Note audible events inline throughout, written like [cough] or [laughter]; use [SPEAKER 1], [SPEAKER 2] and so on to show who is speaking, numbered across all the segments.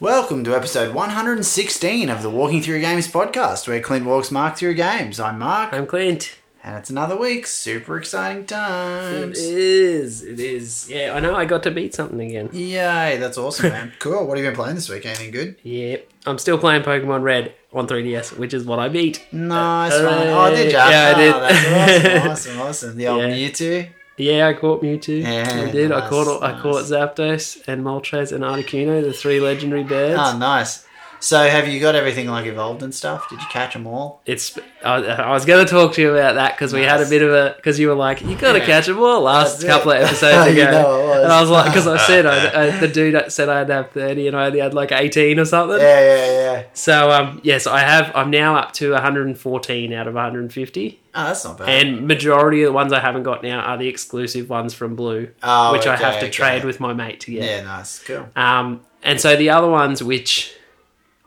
[SPEAKER 1] Welcome to episode 116 of the Walking Through Games podcast, where Clint walks Mark through games. I'm Mark,
[SPEAKER 2] I'm Clint.
[SPEAKER 1] and it's another week. Super exciting
[SPEAKER 2] It
[SPEAKER 1] times.
[SPEAKER 2] is. It is. Yeah, I know I got to beat something again.
[SPEAKER 1] Yay, that's awesome,
[SPEAKER 2] [laughs]
[SPEAKER 1] man. cool. What have you been playing this week? Anything good?
[SPEAKER 2] Yeah. I'm still playing Pokemon Red on 3DS, which is what I beat.
[SPEAKER 1] Nice
[SPEAKER 2] Uh,
[SPEAKER 1] one. Oh, did you?
[SPEAKER 2] yeah, I did.
[SPEAKER 1] Oh, that's
[SPEAKER 2] [laughs]
[SPEAKER 1] awesome, awesome, awesome. The old
[SPEAKER 2] Yeah.
[SPEAKER 1] Mewtwo.
[SPEAKER 2] Yeah, I caught Mewtwo.
[SPEAKER 1] Yeah,
[SPEAKER 2] I did.
[SPEAKER 1] nice,
[SPEAKER 2] I caught I
[SPEAKER 1] nice.
[SPEAKER 2] caught Zapdos and Moltres and Articuno, the three legendary birds.
[SPEAKER 1] Oh, nice. So, have you got everything like evolved and stuff? Did you catch them all?
[SPEAKER 2] It's. I, I was going to talk to you about that because we had a
[SPEAKER 1] Nice.
[SPEAKER 2] bit of a because you were like you got to
[SPEAKER 1] Yeah.
[SPEAKER 2] catch them all last
[SPEAKER 1] That's it. [laughs]
[SPEAKER 2] couple of episodes ago.
[SPEAKER 1] You know it was.
[SPEAKER 2] And I was like, because I said
[SPEAKER 1] [laughs]
[SPEAKER 2] I, I, the dude said I had to have thirty, and I only had like eighteen or something.
[SPEAKER 1] Yeah, yeah, yeah.
[SPEAKER 2] So um, yes, I have. I'm now up to 114 out of 150,
[SPEAKER 1] Oh, that's not bad.
[SPEAKER 2] and majority of the ones I haven't got now are the exclusive ones from Blue,
[SPEAKER 1] Oh,
[SPEAKER 2] which I
[SPEAKER 1] okay,
[SPEAKER 2] have to
[SPEAKER 1] okay.
[SPEAKER 2] trade with my mate to get.
[SPEAKER 1] Yeah, nice. Cool.
[SPEAKER 2] Um, and so the other ones, which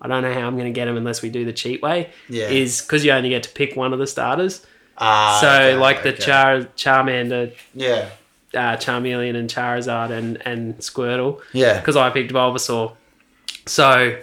[SPEAKER 2] I don't know how I'm going to get them unless we do the cheat way,
[SPEAKER 1] Yeah.
[SPEAKER 2] is because you only get to pick one of the starters.
[SPEAKER 1] Ah,
[SPEAKER 2] so
[SPEAKER 1] okay,
[SPEAKER 2] like the
[SPEAKER 1] okay.
[SPEAKER 2] Char Charmander,
[SPEAKER 1] Yeah.
[SPEAKER 2] uh, Charmeleon, and Charizard, and and Squirtle
[SPEAKER 1] Yeah.
[SPEAKER 2] because I picked Bulbasaur. So,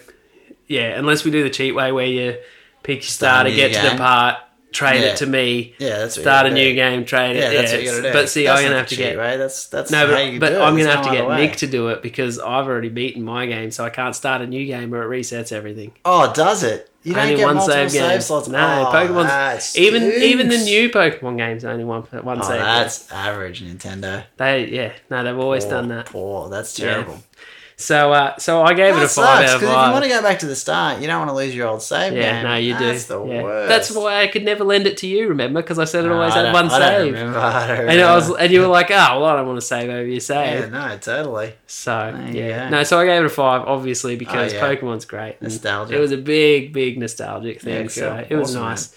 [SPEAKER 2] yeah, unless we do the cheat way where you pick your
[SPEAKER 1] Start a
[SPEAKER 2] starter,
[SPEAKER 1] new
[SPEAKER 2] get to the
[SPEAKER 1] game.
[SPEAKER 2] part, trade
[SPEAKER 1] Yeah.
[SPEAKER 2] it to me,
[SPEAKER 1] Yeah, that's what you
[SPEAKER 2] start
[SPEAKER 1] gotta
[SPEAKER 2] a
[SPEAKER 1] do.
[SPEAKER 2] new game, trade
[SPEAKER 1] Yeah,
[SPEAKER 2] it.
[SPEAKER 1] that's what you
[SPEAKER 2] it's-
[SPEAKER 1] gotta do.
[SPEAKER 2] But see,
[SPEAKER 1] That's
[SPEAKER 2] I'm
[SPEAKER 1] not
[SPEAKER 2] gonna have
[SPEAKER 1] the
[SPEAKER 2] to
[SPEAKER 1] cheat,
[SPEAKER 2] get
[SPEAKER 1] right? That's that's
[SPEAKER 2] no,
[SPEAKER 1] how you
[SPEAKER 2] but, but
[SPEAKER 1] do it.
[SPEAKER 2] I'm gonna
[SPEAKER 1] There's
[SPEAKER 2] have
[SPEAKER 1] no
[SPEAKER 2] to get
[SPEAKER 1] other way.
[SPEAKER 2] Nick to do it because I've already beaten my game, so I can't start a new game or it resets everything.
[SPEAKER 1] Oh, does it? You don't
[SPEAKER 2] only
[SPEAKER 1] get
[SPEAKER 2] one
[SPEAKER 1] multiple
[SPEAKER 2] save game.
[SPEAKER 1] slots.
[SPEAKER 2] No,
[SPEAKER 1] oh,
[SPEAKER 2] Pokemon's-
[SPEAKER 1] that
[SPEAKER 2] Even even the
[SPEAKER 1] stinks.
[SPEAKER 2] new Pokemon games only one one
[SPEAKER 1] Oh,
[SPEAKER 2] save.
[SPEAKER 1] that's Oh. average Nintendo.
[SPEAKER 2] They yeah, no, they've always
[SPEAKER 1] Poor,
[SPEAKER 2] done that.
[SPEAKER 1] Poor. That's terrible.
[SPEAKER 2] So uh, so I gave it
[SPEAKER 1] That
[SPEAKER 2] a five
[SPEAKER 1] sucks,
[SPEAKER 2] out of
[SPEAKER 1] 'cause if you
[SPEAKER 2] five.
[SPEAKER 1] want to go back to the start, you don't want to lose your old save
[SPEAKER 2] Yeah,
[SPEAKER 1] game.
[SPEAKER 2] no, you do.
[SPEAKER 1] That's the
[SPEAKER 2] Yeah.
[SPEAKER 1] worst.
[SPEAKER 2] That's why I could never lend it to you, remember? Because I said it always
[SPEAKER 1] I
[SPEAKER 2] had
[SPEAKER 1] don't-
[SPEAKER 2] one
[SPEAKER 1] I don't
[SPEAKER 2] save.
[SPEAKER 1] remember, I don't
[SPEAKER 2] And I was,
[SPEAKER 1] remember.
[SPEAKER 2] and you were like, "Oh, well, I don't want to save over your save."
[SPEAKER 1] Yeah, no, totally.
[SPEAKER 2] So
[SPEAKER 1] There you
[SPEAKER 2] yeah,
[SPEAKER 1] go. Oh,
[SPEAKER 2] no. So I gave it a five, obviously, because
[SPEAKER 1] yeah.
[SPEAKER 2] Pokemon's great. and
[SPEAKER 1] Nostalgia.
[SPEAKER 2] It was a big, big nostalgic thing.
[SPEAKER 1] Yeah, cool.
[SPEAKER 2] So it was
[SPEAKER 1] Awesome,
[SPEAKER 2] nice.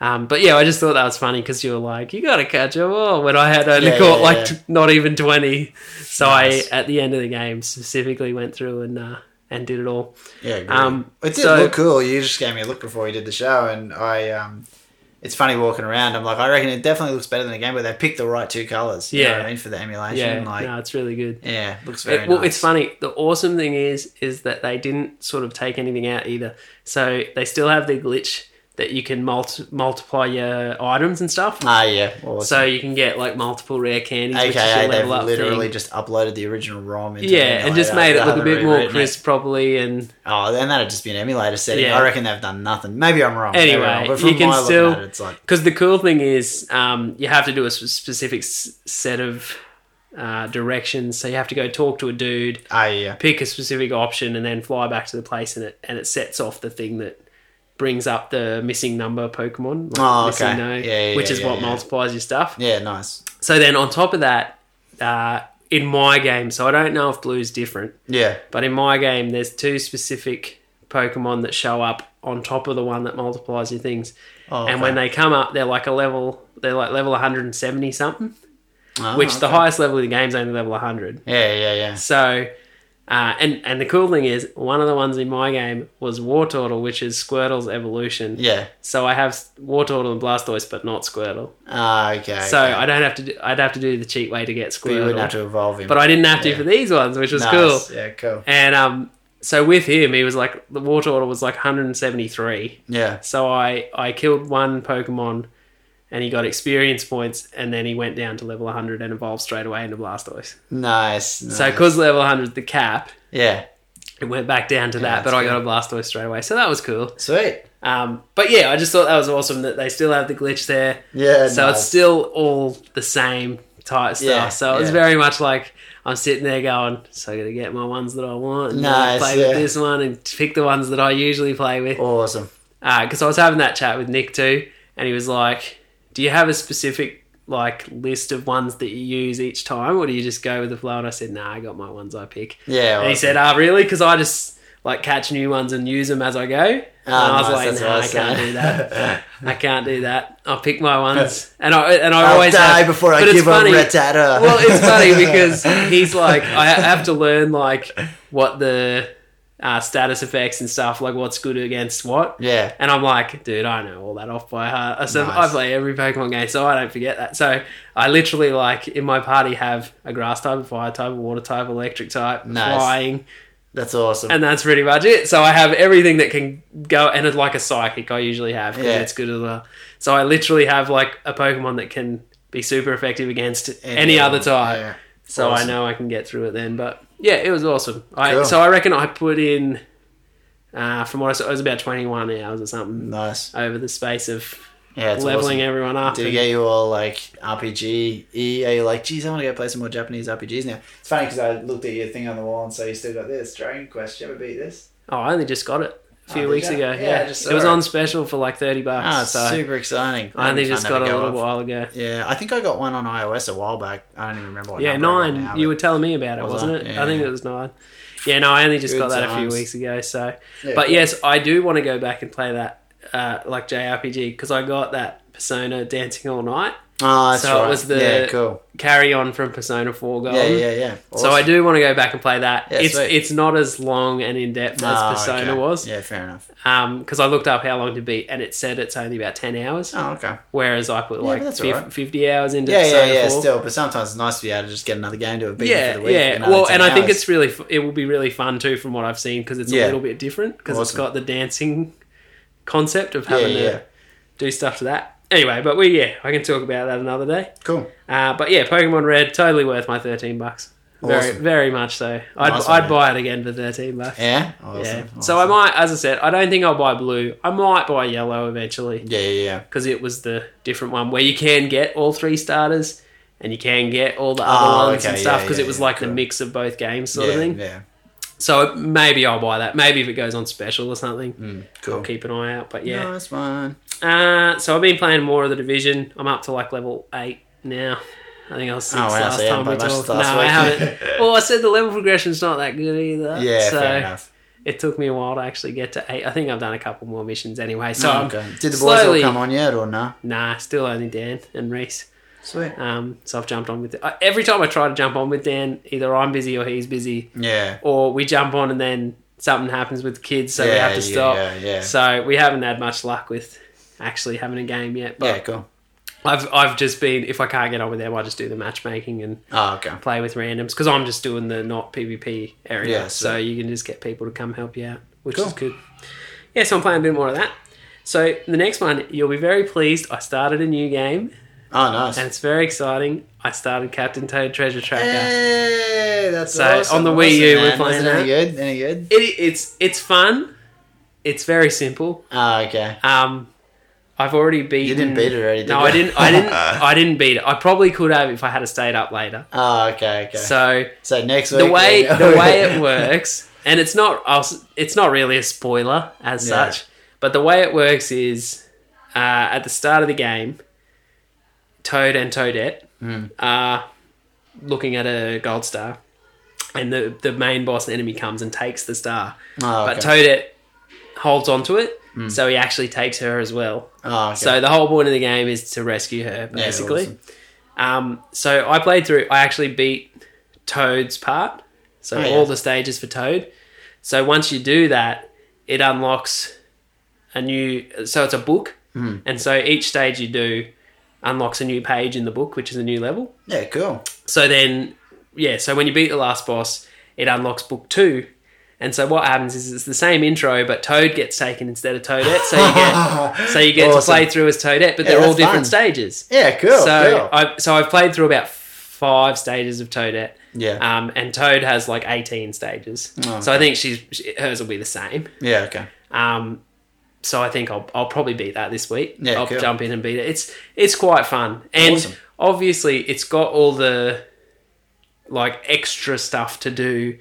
[SPEAKER 2] Um, but yeah, I just thought that was funny because you were like, "You got to catch them all." When I had only
[SPEAKER 1] Yeah,
[SPEAKER 2] caught
[SPEAKER 1] yeah,
[SPEAKER 2] like
[SPEAKER 1] yeah.
[SPEAKER 2] t- not even twenty, so
[SPEAKER 1] Nice.
[SPEAKER 2] I at the end of the game specifically went through and uh, and did it all.
[SPEAKER 1] Yeah, great.
[SPEAKER 2] Um,
[SPEAKER 1] it did
[SPEAKER 2] so-
[SPEAKER 1] look cool. You just gave me a look before we did the show, and I. Um, it's funny walking around. I'm like, I reckon it definitely looks better than the game, but they picked the right two colors. You know
[SPEAKER 2] Yeah.
[SPEAKER 1] what I mean for the emulation.
[SPEAKER 2] Yeah,
[SPEAKER 1] like,
[SPEAKER 2] no, it's really good.
[SPEAKER 1] yeah, looks very
[SPEAKER 2] It, well,
[SPEAKER 1] nice.
[SPEAKER 2] it's funny. The awesome thing is, is that they didn't sort of take anything out either. So they still have the glitch that you can multi- multiply your items and stuff.
[SPEAKER 1] Ah, yeah. awesome.
[SPEAKER 2] So you can get like multiple rare candies, which is
[SPEAKER 1] AKA
[SPEAKER 2] your
[SPEAKER 1] they've
[SPEAKER 2] level up
[SPEAKER 1] literally
[SPEAKER 2] thing.
[SPEAKER 1] just uploaded the original ROM. Into
[SPEAKER 2] Yeah, and
[SPEAKER 1] emulator
[SPEAKER 2] just made it
[SPEAKER 1] rather
[SPEAKER 2] look a bit
[SPEAKER 1] than
[SPEAKER 2] more
[SPEAKER 1] rewritten it.
[SPEAKER 2] crisp, properly, and
[SPEAKER 1] Oh, then that'd just be an emulator setting.
[SPEAKER 2] Yeah.
[SPEAKER 1] I reckon they've done nothing. Maybe I'm wrong. maybe I'm
[SPEAKER 2] Anyway,
[SPEAKER 1] wrong, but from
[SPEAKER 2] you can
[SPEAKER 1] my look
[SPEAKER 2] still-
[SPEAKER 1] at it, it's like
[SPEAKER 2] because the cool thing is, um, you have to do a s- specific s- set of uh, directions. So you have to go talk to a dude,
[SPEAKER 1] ah, yeah,
[SPEAKER 2] pick a specific option and then fly back to the place and it and it sets off the thing that brings up the missing number Pokemon. like
[SPEAKER 1] Oh,
[SPEAKER 2] missing
[SPEAKER 1] okay.
[SPEAKER 2] no,
[SPEAKER 1] Yeah, yeah,
[SPEAKER 2] which is
[SPEAKER 1] yeah,
[SPEAKER 2] what
[SPEAKER 1] yeah.
[SPEAKER 2] multiplies your stuff.
[SPEAKER 1] yeah, nice.
[SPEAKER 2] So then on top of that, uh, in my game, so I don't know if blue's different,
[SPEAKER 1] Yeah,
[SPEAKER 2] but in my game there's two specific Pokemon that show up on top of the one that multiplies your things.
[SPEAKER 1] Oh,
[SPEAKER 2] And when they come up, they're like a level they're like level 170 something,
[SPEAKER 1] Ah,
[SPEAKER 2] which the
[SPEAKER 1] okay.
[SPEAKER 2] highest level of the game's only level 100.
[SPEAKER 1] yeah, yeah, yeah.
[SPEAKER 2] So, uh, and and the cool thing is, one of the ones in my game was Wartortle, which is Squirtle's evolution.
[SPEAKER 1] Yeah.
[SPEAKER 2] So I have S- Wartortle and Blastoise, but not Squirtle.
[SPEAKER 1] Ah, okay.
[SPEAKER 2] So
[SPEAKER 1] okay.
[SPEAKER 2] I don't have to. Do, I'd have to do the cheat way to get
[SPEAKER 1] But you wouldn't have
[SPEAKER 2] Squirtle,
[SPEAKER 1] to evolve him.
[SPEAKER 2] but I didn't have to
[SPEAKER 1] Yeah.
[SPEAKER 2] for these ones, which was
[SPEAKER 1] Nice.
[SPEAKER 2] cool.
[SPEAKER 1] Yeah, cool.
[SPEAKER 2] And um, so with him, he was like the Wartortle was like 173.
[SPEAKER 1] Yeah.
[SPEAKER 2] So I I killed one Pokemon. And he got experience points, and then he went down to level 100 and evolved straight away into Blastoise.
[SPEAKER 1] Nice. nice.
[SPEAKER 2] So, because level 100 is the cap,
[SPEAKER 1] Yeah.
[SPEAKER 2] it went back down to
[SPEAKER 1] that's
[SPEAKER 2] that, but I got a Blastoise straight away, so that was cool.
[SPEAKER 1] Sweet.
[SPEAKER 2] Um, but yeah, I just thought that was awesome that they still have the glitch there,
[SPEAKER 1] Yeah.
[SPEAKER 2] so
[SPEAKER 1] nice.
[SPEAKER 2] it's still all the same type stuff.
[SPEAKER 1] Yeah,
[SPEAKER 2] so it was
[SPEAKER 1] yeah.
[SPEAKER 2] very much like I'm sitting there going, "So I got to get my ones that I want, and then
[SPEAKER 1] Nice,
[SPEAKER 2] play
[SPEAKER 1] yeah.
[SPEAKER 2] with this one, and pick the ones that I usually play with."
[SPEAKER 1] awesome.
[SPEAKER 2] because I was having that chat with Nick too, and he was like, "Do you have a specific like list of ones that you use each time, or do you just go with the flow?" And I said, "Nah, I got my ones I pick."
[SPEAKER 1] Yeah.
[SPEAKER 2] And he
[SPEAKER 1] awesome.
[SPEAKER 2] said, "Ah, really? Because I just like catch new ones and use them as I go." And I was
[SPEAKER 1] Ah, nice,
[SPEAKER 2] like,
[SPEAKER 1] that's
[SPEAKER 2] "Nah, I
[SPEAKER 1] awesome."
[SPEAKER 2] can't do that.
[SPEAKER 1] [laughs]
[SPEAKER 2] I can't do that. I pick my ones, and I and I
[SPEAKER 1] I'll
[SPEAKER 2] always
[SPEAKER 1] die
[SPEAKER 2] have-
[SPEAKER 1] before I
[SPEAKER 2] but it's
[SPEAKER 1] give up
[SPEAKER 2] funny-
[SPEAKER 1] Rattata.
[SPEAKER 2] [laughs] Well, it's
[SPEAKER 1] [laughs]
[SPEAKER 2] funny because he's like, I ha- have to learn like what the uh, status effects and stuff, like what's good against what.
[SPEAKER 1] yeah.
[SPEAKER 2] And I'm like, dude, I know all that off by heart. I said,
[SPEAKER 1] Nice.
[SPEAKER 2] I play every Pokemon game, so I don't forget that. So I literally like in my party have a grass type, a fire type, a water type, electric type,
[SPEAKER 1] Nice.
[SPEAKER 2] flying,
[SPEAKER 1] That's awesome.
[SPEAKER 2] and that's pretty much it. So I have everything that can go, and it's like a psychic I usually have because
[SPEAKER 1] Yeah.
[SPEAKER 2] it's good as well. So I literally have like a Pokemon that can be super effective against any other type.
[SPEAKER 1] Yeah.
[SPEAKER 2] So
[SPEAKER 1] Awesome.
[SPEAKER 2] I know I can get through it then. But yeah, it was awesome. I
[SPEAKER 1] Cool.
[SPEAKER 2] so I reckon I put in, uh, from what I saw, it was about twenty one hours or something
[SPEAKER 1] Nice.
[SPEAKER 2] over the space of
[SPEAKER 1] Yeah, it's
[SPEAKER 2] leveling
[SPEAKER 1] awesome.
[SPEAKER 2] everyone up.
[SPEAKER 1] Did it
[SPEAKER 2] and-
[SPEAKER 1] get you all like RPG E? Are you like, geez, I want to go play some more Japanese RPGs now? It's funny because I looked at your thing on the wall and so you still got this Dragon Quest. You ever beat this?
[SPEAKER 2] oh, I only just got it a
[SPEAKER 1] Oh,
[SPEAKER 2] few
[SPEAKER 1] did
[SPEAKER 2] weeks
[SPEAKER 1] ya?
[SPEAKER 2] ago.
[SPEAKER 1] Yeah,
[SPEAKER 2] Yeah,
[SPEAKER 1] I just
[SPEAKER 2] it was
[SPEAKER 1] saw it.
[SPEAKER 2] on special for like thirty bucks.
[SPEAKER 1] Ah, it's
[SPEAKER 2] so
[SPEAKER 1] super exciting.
[SPEAKER 2] I only
[SPEAKER 1] That'd be
[SPEAKER 2] just
[SPEAKER 1] fun to
[SPEAKER 2] got it
[SPEAKER 1] have
[SPEAKER 2] a
[SPEAKER 1] go
[SPEAKER 2] little
[SPEAKER 1] of.
[SPEAKER 2] while ago.
[SPEAKER 1] Yeah, I think I got one on iOS a while back. I don't even remember what.
[SPEAKER 2] Yeah,
[SPEAKER 1] number I got
[SPEAKER 2] nine.
[SPEAKER 1] now,
[SPEAKER 2] you
[SPEAKER 1] but-
[SPEAKER 2] were telling me about it,
[SPEAKER 1] Was
[SPEAKER 2] wasn't
[SPEAKER 1] I?
[SPEAKER 2] it?
[SPEAKER 1] Yeah,
[SPEAKER 2] I think
[SPEAKER 1] yeah.
[SPEAKER 2] it was nine. Yeah, no, I only just
[SPEAKER 1] Good
[SPEAKER 2] got that a few
[SPEAKER 1] times.
[SPEAKER 2] weeks ago. So,
[SPEAKER 1] Yeah.
[SPEAKER 2] but yes, I do want to go back and play that uh, like JRPG because I got that Persona Dancing All Night
[SPEAKER 1] Oh, that's
[SPEAKER 2] so it
[SPEAKER 1] right.
[SPEAKER 2] was the-
[SPEAKER 1] yeah, cool.
[SPEAKER 2] carry on from Persona Four Gold.
[SPEAKER 1] Yeah, yeah, yeah.
[SPEAKER 2] So I do want to go back and play that.
[SPEAKER 1] Yeah,
[SPEAKER 2] it's
[SPEAKER 1] sweet. Ah,
[SPEAKER 2] it's not as long and in depth as Persona was,
[SPEAKER 1] Yeah, fair enough.
[SPEAKER 2] because I looked up how long to beat and it said it's only about ten hours,
[SPEAKER 1] Oh, okay.
[SPEAKER 2] whereas I put like
[SPEAKER 1] that's
[SPEAKER 2] 50,
[SPEAKER 1] alright.
[SPEAKER 2] hours into
[SPEAKER 1] Yeah, yeah,
[SPEAKER 2] Persona
[SPEAKER 1] yeah.
[SPEAKER 2] Four.
[SPEAKER 1] Still, but sometimes it's nice to be able to just get another game to a beat
[SPEAKER 2] yeah,
[SPEAKER 1] for the week.
[SPEAKER 2] yeah.
[SPEAKER 1] you know,
[SPEAKER 2] well,
[SPEAKER 1] 10
[SPEAKER 2] and I think
[SPEAKER 1] hours.
[SPEAKER 2] it's really f- it will be really fun too, from what I've seen, because it's
[SPEAKER 1] Yeah.
[SPEAKER 2] a little bit different because it's
[SPEAKER 1] Awesome.
[SPEAKER 2] got the dancing concept of
[SPEAKER 1] Yeah,
[SPEAKER 2] having
[SPEAKER 1] yeah.
[SPEAKER 2] to do stuff to that. Anyway, but we yeah, I can talk about that another day.
[SPEAKER 1] cool.
[SPEAKER 2] Uh, but yeah, Pokemon Red totally worth my thirteen bucks. Very,
[SPEAKER 1] Awesome.
[SPEAKER 2] very much so. I'd,
[SPEAKER 1] Nice one,
[SPEAKER 2] I'd
[SPEAKER 1] man.
[SPEAKER 2] buy it again for thirteen bucks.
[SPEAKER 1] Yeah. Awesome.
[SPEAKER 2] Yeah. So I
[SPEAKER 1] awesome.
[SPEAKER 2] might, as I said, I don't think I'll buy blue. I might buy yellow eventually
[SPEAKER 1] Yeah, yeah, yeah.
[SPEAKER 2] because it was the different one where you can get all three starters and you can get all the
[SPEAKER 1] Oh,
[SPEAKER 2] other ones
[SPEAKER 1] okay,
[SPEAKER 2] and stuff
[SPEAKER 1] yeah,
[SPEAKER 2] because
[SPEAKER 1] yeah,
[SPEAKER 2] it was
[SPEAKER 1] yeah,
[SPEAKER 2] like
[SPEAKER 1] cool.
[SPEAKER 2] the mix of both games sort
[SPEAKER 1] yeah,
[SPEAKER 2] of thing.
[SPEAKER 1] Yeah.
[SPEAKER 2] So maybe I'll buy that. Maybe if it goes on special or something,
[SPEAKER 1] Mm, cool.
[SPEAKER 2] I'll keep an eye out. But yeah,
[SPEAKER 1] Nice one.
[SPEAKER 2] uh, so I've been playing more of the division. I'm up to like level eight now. I think I was six
[SPEAKER 1] Oh, wow, so
[SPEAKER 2] last
[SPEAKER 1] you haven't
[SPEAKER 2] time we
[SPEAKER 1] played much
[SPEAKER 2] talked. No,
[SPEAKER 1] last
[SPEAKER 2] I
[SPEAKER 1] week. [laughs]
[SPEAKER 2] haven't. well, I said the level progression's not that good either.
[SPEAKER 1] Yeah,
[SPEAKER 2] so
[SPEAKER 1] fair enough.
[SPEAKER 2] it took me a while to actually get to eight. I think I've done a couple more missions anyway. So
[SPEAKER 1] So,
[SPEAKER 2] I'm-
[SPEAKER 1] Mm, okay. Did the boys
[SPEAKER 2] slowly-
[SPEAKER 1] all come on yet or no?
[SPEAKER 2] nah, still only Dan and Reese.
[SPEAKER 1] Sweet.
[SPEAKER 2] Um, so I've jumped on with I, every time I try to jump on with Dan, either I'm busy or he's busy,
[SPEAKER 1] Yeah.
[SPEAKER 2] or we jump on and then something happens with kids, so we
[SPEAKER 1] Yeah,
[SPEAKER 2] have to
[SPEAKER 1] yeah,
[SPEAKER 2] stop.
[SPEAKER 1] yeah, yeah.
[SPEAKER 2] So we haven't had much luck with actually having a game yet. But
[SPEAKER 1] Yeah, cool.
[SPEAKER 2] I've I've just been if I can't get on with them, I just do the matchmaking and
[SPEAKER 1] Oh, okay.
[SPEAKER 2] play with randoms because I'm just doing the not PvP area,
[SPEAKER 1] Yeah,
[SPEAKER 2] so
[SPEAKER 1] sweet.
[SPEAKER 2] you can just get people to come help you out, which
[SPEAKER 1] Cool.
[SPEAKER 2] is good. Yeah, so I'm playing a bit more of that. So the next one, you'll be very pleased. I started a new game.
[SPEAKER 1] Oh, nice.
[SPEAKER 2] And it's very exciting. I started Captain Toad Treasure Tracker.
[SPEAKER 1] Eh. Hey, that's
[SPEAKER 2] So,
[SPEAKER 1] awesome.
[SPEAKER 2] on the Wii
[SPEAKER 1] Awesome,
[SPEAKER 2] U, we're
[SPEAKER 1] man.
[SPEAKER 2] playing
[SPEAKER 1] Was it Any good? Any good?
[SPEAKER 2] It, it's it's fun. It's very simple.
[SPEAKER 1] Oh, okay.
[SPEAKER 2] Um, I've already beaten.
[SPEAKER 1] You didn't beat it already, did
[SPEAKER 2] no,
[SPEAKER 1] you?
[SPEAKER 2] I didn't. I didn't. I didn't beat it. I probably could have if I had stayed up later.
[SPEAKER 1] [laughs] Oh, okay, okay. So,
[SPEAKER 2] So
[SPEAKER 1] next week.
[SPEAKER 2] the way
[SPEAKER 1] we're- [laughs]
[SPEAKER 2] the way it works, and it's not I'll s- it's not really a spoiler as
[SPEAKER 1] Yeah.
[SPEAKER 2] such, but the way it works is uh, at the start of the game, Toad and Toadette
[SPEAKER 1] Hmm.
[SPEAKER 2] are looking at a gold star, and the the main boss enemy comes and takes the star,
[SPEAKER 1] Oh, okay. Hmm.
[SPEAKER 2] but Toadette holds onto it, so he actually takes her as well.
[SPEAKER 1] Oh, okay.
[SPEAKER 2] So the whole point of the game is to rescue her,
[SPEAKER 1] Yeah,
[SPEAKER 2] basically.
[SPEAKER 1] awesome.
[SPEAKER 2] Um, so I played through. I actually beat Toad's part, so
[SPEAKER 1] Oh, yeah.
[SPEAKER 2] all the stages for Toad. So once you do that, it unlocks a new. So it's a book,
[SPEAKER 1] Hmm.
[SPEAKER 2] and so each stage you do unlocks a new page in the book, which is a new level.
[SPEAKER 1] Yeah, cool.
[SPEAKER 2] So then, yeah, so when you beat the last boss, it unlocks book two. And so what happens is it's the same intro, but Toad gets taken instead of Toadette. So
[SPEAKER 1] [laughs]
[SPEAKER 2] you get, so you get to
[SPEAKER 1] Awesome.
[SPEAKER 2] play through as Toadette, but
[SPEAKER 1] Yeah,
[SPEAKER 2] they're all
[SPEAKER 1] that's fun.
[SPEAKER 2] different stages.
[SPEAKER 1] Yeah, cool.
[SPEAKER 2] so
[SPEAKER 1] cool.
[SPEAKER 2] I so I've played through about five stages of Toadette.
[SPEAKER 1] yeah.
[SPEAKER 2] Um, and Toad has like eighteen stages,
[SPEAKER 1] Oh,
[SPEAKER 2] so I think she's she, hers will be the same.
[SPEAKER 1] yeah, okay.
[SPEAKER 2] Um, so I think I'll, I'll probably beat that this week.
[SPEAKER 1] Yeah,
[SPEAKER 2] I'll
[SPEAKER 1] cool.
[SPEAKER 2] jump in and beat it. It's it's quite fun, and
[SPEAKER 1] Awesome.
[SPEAKER 2] obviously it's got all the like extra stuff to do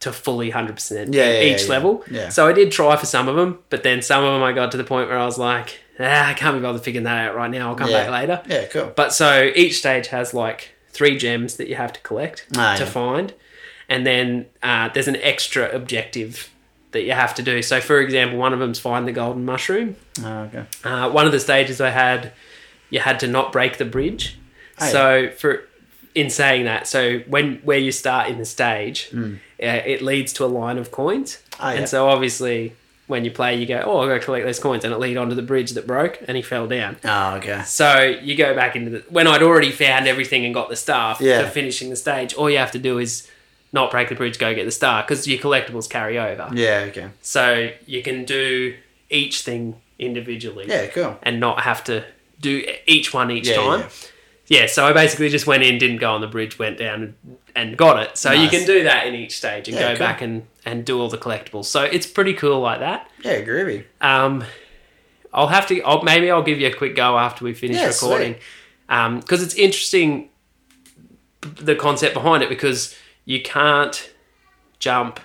[SPEAKER 2] to fully hundred percent
[SPEAKER 1] Yeah, yeah,
[SPEAKER 2] each
[SPEAKER 1] yeah,
[SPEAKER 2] level.
[SPEAKER 1] yeah.
[SPEAKER 2] So I did try for some of them, but then some of them I got to the point where I was like, ah, I can't be bothered figuring that out right now. I'll come
[SPEAKER 1] Yeah.
[SPEAKER 2] back later.
[SPEAKER 1] Yeah, cool.
[SPEAKER 2] But so each stage has like three gems that you have to collect
[SPEAKER 1] Ah,
[SPEAKER 2] to
[SPEAKER 1] yeah.
[SPEAKER 2] find, and then uh, there's an extra objective that you have to do. So, for example, one of them's find the golden mushroom.
[SPEAKER 1] Oh, okay.
[SPEAKER 2] Uh, one of the stages I had, you had to not break the bridge.
[SPEAKER 1] Ah,
[SPEAKER 2] so, for in saying that, so when where you start in the stage, uh, it leads to a line of coins,
[SPEAKER 1] Hmm. Ah, yeah.
[SPEAKER 2] and so obviously. When you play, you go, oh, I'll go collect those coins, and it lead onto the bridge that broke, and he fell down.
[SPEAKER 1] Oh, okay.
[SPEAKER 2] So you go back into the when I'd already found everything and got the staff
[SPEAKER 1] Yeah.
[SPEAKER 2] for finishing the stage. All you have to do is not break the bridge, go get the star, because your collectibles carry over.
[SPEAKER 1] Yeah. Okay.
[SPEAKER 2] So you can do each thing individually
[SPEAKER 1] Yeah. Cool.
[SPEAKER 2] and not have to do each one each
[SPEAKER 1] Yeah,
[SPEAKER 2] time.
[SPEAKER 1] yeah.
[SPEAKER 2] Yeah. so I basically just went in, didn't go on the bridge, went down and got it. So you
[SPEAKER 1] Nice.
[SPEAKER 2] can do that in each stage and
[SPEAKER 1] Yeah,
[SPEAKER 2] go
[SPEAKER 1] cool.
[SPEAKER 2] back and, and do all the collectibles. So it's pretty cool like that.
[SPEAKER 1] Yeah. Groovy.
[SPEAKER 2] Um, I'll have to. I'll, maybe I'll give you a quick go after we finish
[SPEAKER 1] Yeah,
[SPEAKER 2] recording, because it's interesting the concept behind it because you can't jump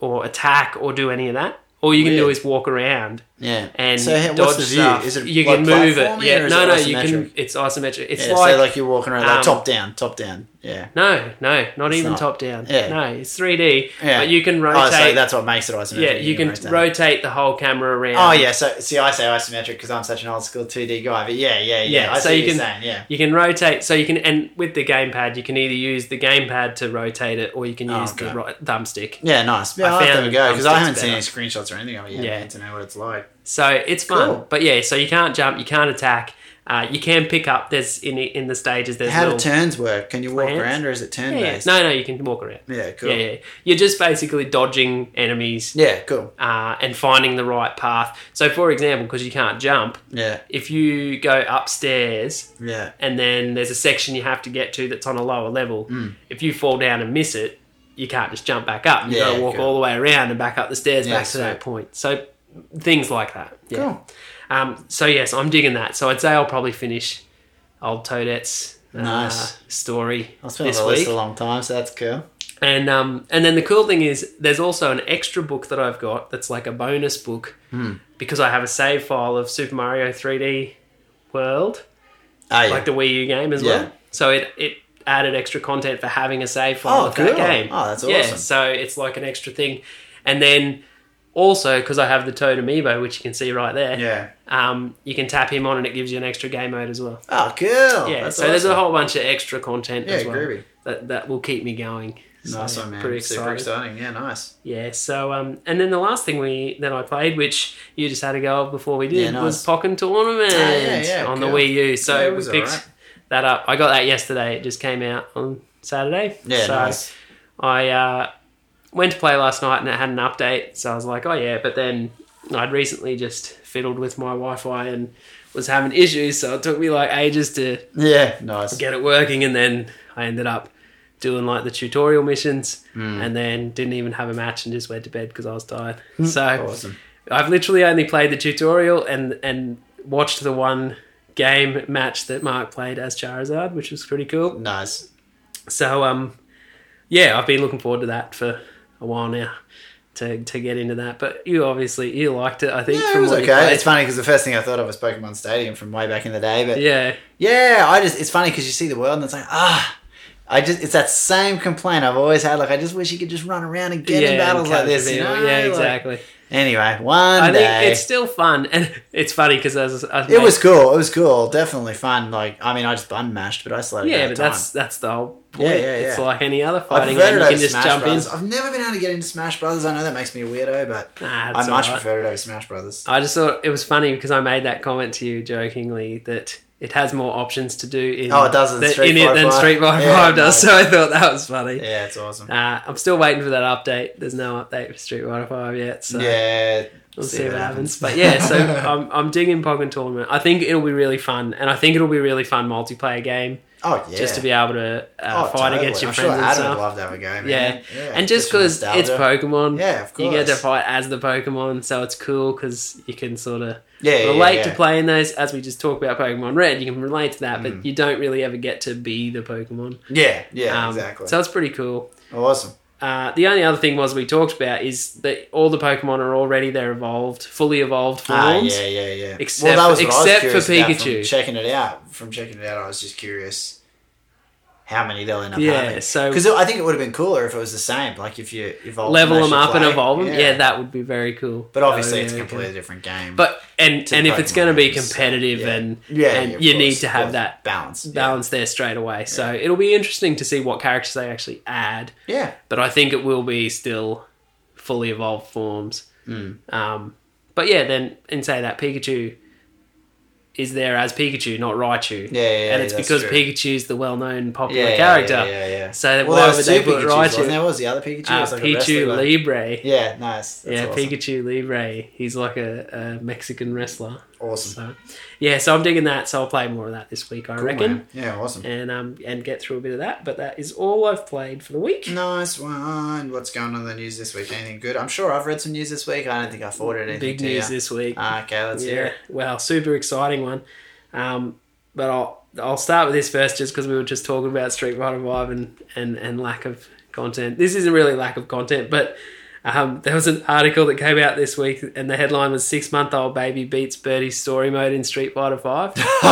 [SPEAKER 2] or attack or do any of that. All you can do
[SPEAKER 1] Weird.
[SPEAKER 2] is walk around
[SPEAKER 1] Yeah.
[SPEAKER 2] and
[SPEAKER 1] so how-
[SPEAKER 2] dodge
[SPEAKER 1] what's the view?
[SPEAKER 2] stuff.
[SPEAKER 1] Is it
[SPEAKER 2] you
[SPEAKER 1] like
[SPEAKER 2] can move it.
[SPEAKER 1] platforming or
[SPEAKER 2] Yeah,
[SPEAKER 1] is
[SPEAKER 2] no,
[SPEAKER 1] it
[SPEAKER 2] no, you
[SPEAKER 1] isometric?
[SPEAKER 2] can. It's isometric. It's
[SPEAKER 1] Yeah,
[SPEAKER 2] like,
[SPEAKER 1] so like you're walking around like
[SPEAKER 2] um,
[SPEAKER 1] top down, top down. Yeah.
[SPEAKER 2] no, no, not even
[SPEAKER 1] not.
[SPEAKER 2] top down.
[SPEAKER 1] Yeah.
[SPEAKER 2] No, it's 3D.
[SPEAKER 1] Yeah.
[SPEAKER 2] But you can
[SPEAKER 1] Oh, so
[SPEAKER 2] rotate.
[SPEAKER 1] that's what makes it isometric.
[SPEAKER 2] yeah, you can
[SPEAKER 1] rotate.
[SPEAKER 2] rotate the whole camera around.
[SPEAKER 1] Oh yeah, so see, I say isometric because I'm such an old school 2D guy, but yeah, yeah, yeah.
[SPEAKER 2] Yeah,
[SPEAKER 1] I
[SPEAKER 2] so
[SPEAKER 1] see
[SPEAKER 2] you
[SPEAKER 1] what you're
[SPEAKER 2] can-
[SPEAKER 1] saying. Yeah,
[SPEAKER 2] You can rotate, so you can, and with the gamepad, you can either use the gamepad to rotate it, or you can
[SPEAKER 1] Oh,
[SPEAKER 2] use the
[SPEAKER 1] okay.
[SPEAKER 2] ro- thumbstick.
[SPEAKER 1] yeah, nice. Yeah,
[SPEAKER 2] I
[SPEAKER 1] I will have to have
[SPEAKER 2] found
[SPEAKER 1] a go because I
[SPEAKER 2] thumbsticks
[SPEAKER 1] haven't seen any
[SPEAKER 2] better.
[SPEAKER 1] screenshots or anything of it yet.
[SPEAKER 2] Yeah.
[SPEAKER 1] Yeah, to know what it's like.
[SPEAKER 2] So it's fun,
[SPEAKER 1] Cool.
[SPEAKER 2] but yeah, so you can't jump, you can't attack, uh, you can pick up. There's in the, in the stages. There's
[SPEAKER 1] How do
[SPEAKER 2] little,
[SPEAKER 1] turns work? Can you walk
[SPEAKER 2] plants?
[SPEAKER 1] around or is it turn
[SPEAKER 2] yeah, yeah.
[SPEAKER 1] based?
[SPEAKER 2] no, no, you can walk around.
[SPEAKER 1] Yeah, cool.
[SPEAKER 2] Yeah, yeah, you're just basically dodging enemies
[SPEAKER 1] Yeah, cool.
[SPEAKER 2] uh, and finding the right path. So, for example, because you can't jump,
[SPEAKER 1] Yeah,
[SPEAKER 2] if you go upstairs
[SPEAKER 1] yeah,
[SPEAKER 2] and then there's a section you have to get to that's on a lower level.
[SPEAKER 1] Hmm.
[SPEAKER 2] If you fall down and miss it, you can't just jump back up. You've
[SPEAKER 1] Yeah,
[SPEAKER 2] got to walk
[SPEAKER 1] good.
[SPEAKER 2] all the way around and back up the stairs
[SPEAKER 1] Yeah,
[SPEAKER 2] back to that
[SPEAKER 1] sweet.
[SPEAKER 2] point. So things like that. Yeah.
[SPEAKER 1] cool.
[SPEAKER 2] Um, so yes, I'm digging that. So I'd say I'll probably finish old Toadette's uh,
[SPEAKER 1] Nice.
[SPEAKER 2] story
[SPEAKER 1] I've been on
[SPEAKER 2] this
[SPEAKER 1] the
[SPEAKER 2] week.
[SPEAKER 1] list a long time, so that's cool. Oh,
[SPEAKER 2] And um, and then the cool thing is there's also an extra book that I've got that's like a bonus book
[SPEAKER 1] Hmm.
[SPEAKER 2] because I have a save file of Super Mario 3D World
[SPEAKER 1] Oh, yeah.
[SPEAKER 2] like the Wii U game as
[SPEAKER 1] Yeah.
[SPEAKER 2] well. So it it added extra content for having a save file
[SPEAKER 1] Oh,
[SPEAKER 2] of
[SPEAKER 1] cool.
[SPEAKER 2] that game.
[SPEAKER 1] Oh, that's awesome.
[SPEAKER 2] so it's like an extra thing, and then also because I have the Toad Amiibo, which you can see right there.
[SPEAKER 1] yeah.
[SPEAKER 2] Um, you can tap him on, and it gives you an extra game mode as well.
[SPEAKER 1] Oh, cool.
[SPEAKER 2] Yeah.
[SPEAKER 1] That's
[SPEAKER 2] so there's a
[SPEAKER 1] awesome.
[SPEAKER 2] whole bunch of extra content as
[SPEAKER 1] Yeah,
[SPEAKER 2] well
[SPEAKER 1] groovy.
[SPEAKER 2] that that will keep me going. So,
[SPEAKER 1] Nice one, man.
[SPEAKER 2] Pretty
[SPEAKER 1] Super
[SPEAKER 2] excited.
[SPEAKER 1] exciting. Yeah, nice.
[SPEAKER 2] Yeah. So um, and then the last thing we that I played, which you just had a go of before we did,
[SPEAKER 1] Yeah, nice.
[SPEAKER 2] was Pokken Tournament
[SPEAKER 1] Ah, yeah, yeah,
[SPEAKER 2] on
[SPEAKER 1] cool.
[SPEAKER 2] the Wii U. So
[SPEAKER 1] Yeah, it
[SPEAKER 2] we
[SPEAKER 1] was
[SPEAKER 2] picked
[SPEAKER 1] alright.
[SPEAKER 2] that up. I got that yesterday. It just came out on Saturday.
[SPEAKER 1] Yeah,
[SPEAKER 2] So
[SPEAKER 1] nice.
[SPEAKER 2] I uh, went to play last night and it had an update. So I was like, oh yeah. But then I'd recently just fiddled with my Wi-Fi and was having issues. So it took me like ages to
[SPEAKER 1] Yeah, nice.
[SPEAKER 2] get it working and then I ended up doing like the tutorial missions
[SPEAKER 1] Hmm.
[SPEAKER 2] and then didn't even have a match and just went to bed because I was tired. So
[SPEAKER 1] Hmm. Awesome.
[SPEAKER 2] I've literally only played the tutorial and and watched the one game match that Mark played as Charizard, which was pretty cool.
[SPEAKER 1] Nice.
[SPEAKER 2] So um yeah, I've been looking forward to that for a while now. To, to get into that, but you obviously you liked it. I think
[SPEAKER 1] Yeah, it
[SPEAKER 2] from
[SPEAKER 1] was
[SPEAKER 2] what you
[SPEAKER 1] okay.
[SPEAKER 2] played.
[SPEAKER 1] It's funny because the first thing I thought of was Pokemon Stadium from way back in the day, but
[SPEAKER 2] yeah,
[SPEAKER 1] Yeah, I just it's funny because you see the world and it's like ah, I just it's that same complaint I've always had. Like I just wish you could just run around and get
[SPEAKER 2] yeah,
[SPEAKER 1] in battles like
[SPEAKER 2] encourage
[SPEAKER 1] this. You
[SPEAKER 2] people.
[SPEAKER 1] know?
[SPEAKER 2] yeah,
[SPEAKER 1] Like-
[SPEAKER 2] exactly.
[SPEAKER 1] anyway, one
[SPEAKER 2] I
[SPEAKER 1] day
[SPEAKER 2] think it's still fun, and it's funny because as as
[SPEAKER 1] it was cool. It was cool. Definitely fun. Like I mean, I just bun mashed, but I still had a
[SPEAKER 2] yeah,
[SPEAKER 1] great
[SPEAKER 2] but
[SPEAKER 1] time.
[SPEAKER 2] that's that's the whole
[SPEAKER 1] Yeah,
[SPEAKER 2] point.
[SPEAKER 1] yeah,
[SPEAKER 2] It's
[SPEAKER 1] yeah.
[SPEAKER 2] like any otother
[SPEAKER 1] I
[SPEAKER 2] fighting game,
[SPEAKER 1] prefer
[SPEAKER 2] you
[SPEAKER 1] it over
[SPEAKER 2] can just
[SPEAKER 1] Smash
[SPEAKER 2] jump
[SPEAKER 1] Brothers.
[SPEAKER 2] in.
[SPEAKER 1] I've never been able to get into Smash Brothers. I know that makes me a weirdo, but
[SPEAKER 2] Nah,
[SPEAKER 1] I
[SPEAKER 2] it's
[SPEAKER 1] much
[SPEAKER 2] alright.
[SPEAKER 1] prefer it over Smash Brothers.
[SPEAKER 2] I just thought it was funny because I made that comment to you jokingly that it has more options to do in
[SPEAKER 1] Oh, it does in
[SPEAKER 2] the-
[SPEAKER 1] Street
[SPEAKER 2] in it than
[SPEAKER 1] Fighter.
[SPEAKER 2] Street Fighter
[SPEAKER 1] Yeah,
[SPEAKER 2] Five does.
[SPEAKER 1] no.
[SPEAKER 2] So I thought that was funny.
[SPEAKER 1] Yeah, it's awesome.
[SPEAKER 2] Uh, I'm still waiting for that update. There's no update for Street Fighter Five yet, so
[SPEAKER 1] yeah,
[SPEAKER 2] we'll see, what happens.
[SPEAKER 1] [laughs]
[SPEAKER 2] But yeah, so uh, I'm I'm digging Pokken Tournament. I think it'll be really fun, and I think it'll be a really fun multiplayer game
[SPEAKER 1] oh yeah,
[SPEAKER 2] just to be able to uh,
[SPEAKER 1] Oh,
[SPEAKER 2] fight
[SPEAKER 1] totally.
[SPEAKER 2] against your
[SPEAKER 1] I'm
[SPEAKER 2] friends
[SPEAKER 1] sure
[SPEAKER 2] and
[SPEAKER 1] Adam
[SPEAKER 2] stuff.
[SPEAKER 1] would love to have a go, man.
[SPEAKER 2] Yeah. and just
[SPEAKER 1] for
[SPEAKER 2] because it's
[SPEAKER 1] nostalgia.
[SPEAKER 2] Pokemon,
[SPEAKER 1] Yeah, of
[SPEAKER 2] you get to
[SPEAKER 1] course.
[SPEAKER 2] fight as the Pokemon, so it's cool because you can sort of
[SPEAKER 1] Yeah, yeah,
[SPEAKER 2] relate
[SPEAKER 1] yeah.
[SPEAKER 2] to playing those. As we just talked about Pokemon Red, you can relate to that,
[SPEAKER 1] Mm.
[SPEAKER 2] but you don't really ever get to be the Pokemon.
[SPEAKER 1] Yeah, yeah,
[SPEAKER 2] Um,
[SPEAKER 1] exactly.
[SPEAKER 2] So it's pretty cool.
[SPEAKER 1] awesome.
[SPEAKER 2] Uh, the only other thing was we talked about is that all the Pokemon are already their evolved, fully evolved
[SPEAKER 1] Ah,
[SPEAKER 2] forms.
[SPEAKER 1] yeah, yeah, yeah.
[SPEAKER 2] Except-
[SPEAKER 1] what I
[SPEAKER 2] except for
[SPEAKER 1] curious about from
[SPEAKER 2] Pikachu.
[SPEAKER 1] checking it out from checking it out, I was just curious how many they'll end up
[SPEAKER 2] Yeah,
[SPEAKER 1] having.
[SPEAKER 2] so-
[SPEAKER 1] because I think it would have been cooler if it was the same. Like if you evolve,
[SPEAKER 2] Level
[SPEAKER 1] as
[SPEAKER 2] them
[SPEAKER 1] you
[SPEAKER 2] up and
[SPEAKER 1] play.
[SPEAKER 2] evolve them. Yeah. that would be very cool.
[SPEAKER 1] But obviously,
[SPEAKER 2] That would
[SPEAKER 1] it's a
[SPEAKER 2] be very cool.
[SPEAKER 1] completely different game.
[SPEAKER 2] But and
[SPEAKER 1] to
[SPEAKER 2] and if it's
[SPEAKER 1] Pokemon
[SPEAKER 2] going to be
[SPEAKER 1] games, so,
[SPEAKER 2] competitive
[SPEAKER 1] yeah.
[SPEAKER 2] and
[SPEAKER 1] yeah,
[SPEAKER 2] and
[SPEAKER 1] yeah, of
[SPEAKER 2] you
[SPEAKER 1] course,
[SPEAKER 2] need to
[SPEAKER 1] of
[SPEAKER 2] have
[SPEAKER 1] course.
[SPEAKER 2] that
[SPEAKER 1] balance. yeah.
[SPEAKER 2] balance there straight away. So it'll be interesting to see what characters they actually add,
[SPEAKER 1] Yeah.
[SPEAKER 2] but I think it will be still fully
[SPEAKER 1] Hmm.
[SPEAKER 2] evolved forms. Um, but yeah, then and say that Pikachu is there as Pikachu, not Raichu.
[SPEAKER 1] Yeah, yeah,
[SPEAKER 2] and it's
[SPEAKER 1] that's
[SPEAKER 2] because
[SPEAKER 1] true.
[SPEAKER 2] Pikachu's the well-known
[SPEAKER 1] yeah,
[SPEAKER 2] popular
[SPEAKER 1] yeah,
[SPEAKER 2] character.
[SPEAKER 1] Yeah, yeah, yeah.
[SPEAKER 2] So that
[SPEAKER 1] Well,
[SPEAKER 2] why
[SPEAKER 1] there
[SPEAKER 2] would
[SPEAKER 1] was
[SPEAKER 2] they
[SPEAKER 1] two
[SPEAKER 2] put
[SPEAKER 1] Pikachu's, wasn't
[SPEAKER 2] Raichu?
[SPEAKER 1] there? What was the other Pikachu?
[SPEAKER 2] Uh,
[SPEAKER 1] It was like a
[SPEAKER 2] Pichu
[SPEAKER 1] wrestler one.
[SPEAKER 2] Libre.
[SPEAKER 1] Yeah, nice. That's
[SPEAKER 2] yeah,
[SPEAKER 1] awesome.
[SPEAKER 2] Pikachu Libre. He's like a, a Mexican wrestler.
[SPEAKER 1] Awesome.
[SPEAKER 2] So, yeah, so I'm digging that. So I'll play more of that this week, I
[SPEAKER 1] Cool,
[SPEAKER 2] reckon,
[SPEAKER 1] man. Yeah, awesome.
[SPEAKER 2] and um and get through a bit of that. But that is all I've played for the week.
[SPEAKER 1] Nice one. What's going on in the news this week? Anything good? I'm sure I've read some news this week. I don't think I forwarded anything
[SPEAKER 2] Big
[SPEAKER 1] to
[SPEAKER 2] news
[SPEAKER 1] you.
[SPEAKER 2] this week.
[SPEAKER 1] Ah, okay, let's hear
[SPEAKER 2] yeah,
[SPEAKER 1] it.
[SPEAKER 2] well, super exciting one. Um, but I'll I'll start with this first, just because we were just talking about Street Fighter Five and and and lack of content. This isn't really lack of content, but um, there was an article that came out this week, and the headline was six month old baby beats Birdie's story mode in Street Fighter
[SPEAKER 1] [laughs]
[SPEAKER 2] Five. [laughs]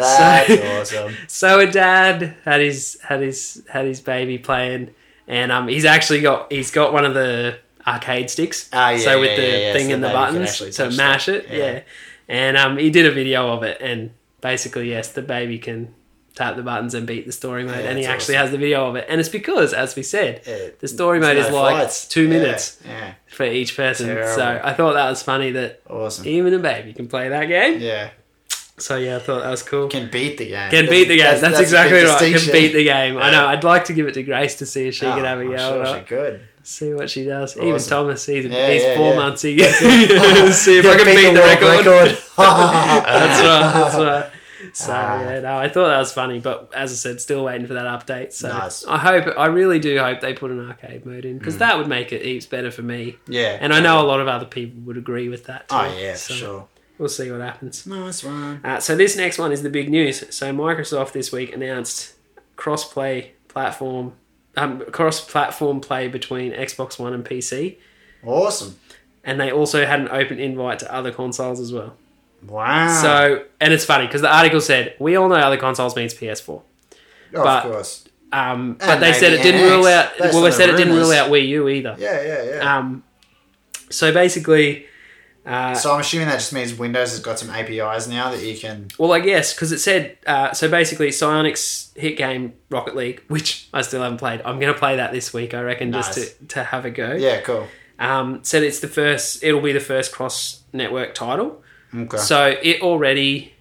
[SPEAKER 1] That's awesome.
[SPEAKER 2] so a dad had his had his had his baby playing, and um, he's actually got he's got one of the arcade sticks.
[SPEAKER 1] Ah, yeah,
[SPEAKER 2] so with
[SPEAKER 1] yeah,
[SPEAKER 2] the
[SPEAKER 1] yeah, yeah,
[SPEAKER 2] thing
[SPEAKER 1] so
[SPEAKER 2] and the
[SPEAKER 1] that you can
[SPEAKER 2] buttons
[SPEAKER 1] actually
[SPEAKER 2] to
[SPEAKER 1] touch
[SPEAKER 2] mash
[SPEAKER 1] that.
[SPEAKER 2] it, yeah.
[SPEAKER 1] Yeah.
[SPEAKER 2] And um, he did a video of it, and basically, yes, the baby can tap the buttons and beat the story mode,
[SPEAKER 1] Yeah,
[SPEAKER 2] and he
[SPEAKER 1] that's
[SPEAKER 2] actually has the video of it, and it's because, as we said,
[SPEAKER 1] Yeah,
[SPEAKER 2] the story
[SPEAKER 1] there's
[SPEAKER 2] mode is
[SPEAKER 1] no
[SPEAKER 2] like
[SPEAKER 1] fights.
[SPEAKER 2] two
[SPEAKER 1] Yeah,
[SPEAKER 2] minutes
[SPEAKER 1] Yeah,
[SPEAKER 2] for each person. So
[SPEAKER 1] Terrible.
[SPEAKER 2] I thought that was funny that
[SPEAKER 1] awesome.
[SPEAKER 2] even a baby can play that game.
[SPEAKER 1] Yeah,
[SPEAKER 2] So yeah, I thought that was cool.
[SPEAKER 1] can beat the game.
[SPEAKER 2] Can beat the game. That's,
[SPEAKER 1] a
[SPEAKER 2] exactly
[SPEAKER 1] big
[SPEAKER 2] right. Can
[SPEAKER 1] distinction.
[SPEAKER 2] beat the game. I
[SPEAKER 1] Yeah.
[SPEAKER 2] know. I'd like to give it to Grace to see if she
[SPEAKER 1] Oh,
[SPEAKER 2] can have a
[SPEAKER 1] I'm
[SPEAKER 2] go.
[SPEAKER 1] sure
[SPEAKER 2] or
[SPEAKER 1] she
[SPEAKER 2] not.
[SPEAKER 1] could.
[SPEAKER 2] See what she does. Even
[SPEAKER 1] Awesome.
[SPEAKER 2] Thomas, he's,
[SPEAKER 1] Yeah,
[SPEAKER 2] he's
[SPEAKER 1] yeah,
[SPEAKER 2] four
[SPEAKER 1] yeah.
[SPEAKER 2] months. He [laughs] see if I can beat the record. [laughs] [laughs]
[SPEAKER 1] [laughs]
[SPEAKER 2] that's right. That's right. So
[SPEAKER 1] Ah.
[SPEAKER 2] yeah, no, I thought that was funny, but as I said, still waiting for that update. So
[SPEAKER 1] Nice. Mm.
[SPEAKER 2] I hope, I really do hope they put an arcade mode in because that would make it heaps better for me.
[SPEAKER 1] yeah.
[SPEAKER 2] And I know a lot of other people would agree with that. Too.
[SPEAKER 1] Oh yeah, for
[SPEAKER 2] So
[SPEAKER 1] sure.
[SPEAKER 2] We'll see what happens.
[SPEAKER 1] Nice one.
[SPEAKER 2] Uh, so this next one is the big news. So Microsoft this week announced cross-play platform, um, cross-platform play between Xbox One and PC,
[SPEAKER 1] Awesome.
[SPEAKER 2] and they also had an open invite to other consoles as well.
[SPEAKER 1] Wow.
[SPEAKER 2] So, and it's funny because the article said we all know other consoles means PS4,
[SPEAKER 1] of
[SPEAKER 2] but-
[SPEAKER 1] course.
[SPEAKER 2] um, but
[SPEAKER 1] And
[SPEAKER 2] they said it
[SPEAKER 1] maybe
[SPEAKER 2] didn't
[SPEAKER 1] NX,
[SPEAKER 2] rule out.
[SPEAKER 1] based
[SPEAKER 2] Well,
[SPEAKER 1] on
[SPEAKER 2] they
[SPEAKER 1] the
[SPEAKER 2] said it didn't rule
[SPEAKER 1] rumours.
[SPEAKER 2] out Wii U either.
[SPEAKER 1] Yeah, yeah, yeah.
[SPEAKER 2] Um, so basically, uh,
[SPEAKER 1] so I'm assuming that just means Windows has got some APIs now that you can.
[SPEAKER 2] Well, I guess because it said uh, so. Basically, Psyonix hit game Rocket League, [laughs] which I still haven't played. I'm going to play that this week, I reckon,
[SPEAKER 1] Nice.
[SPEAKER 2] just to, to have a go.
[SPEAKER 1] Yeah, cool.
[SPEAKER 2] Um, said it's the first. It'll be the first cross network title.
[SPEAKER 1] Okay.
[SPEAKER 2] So it already,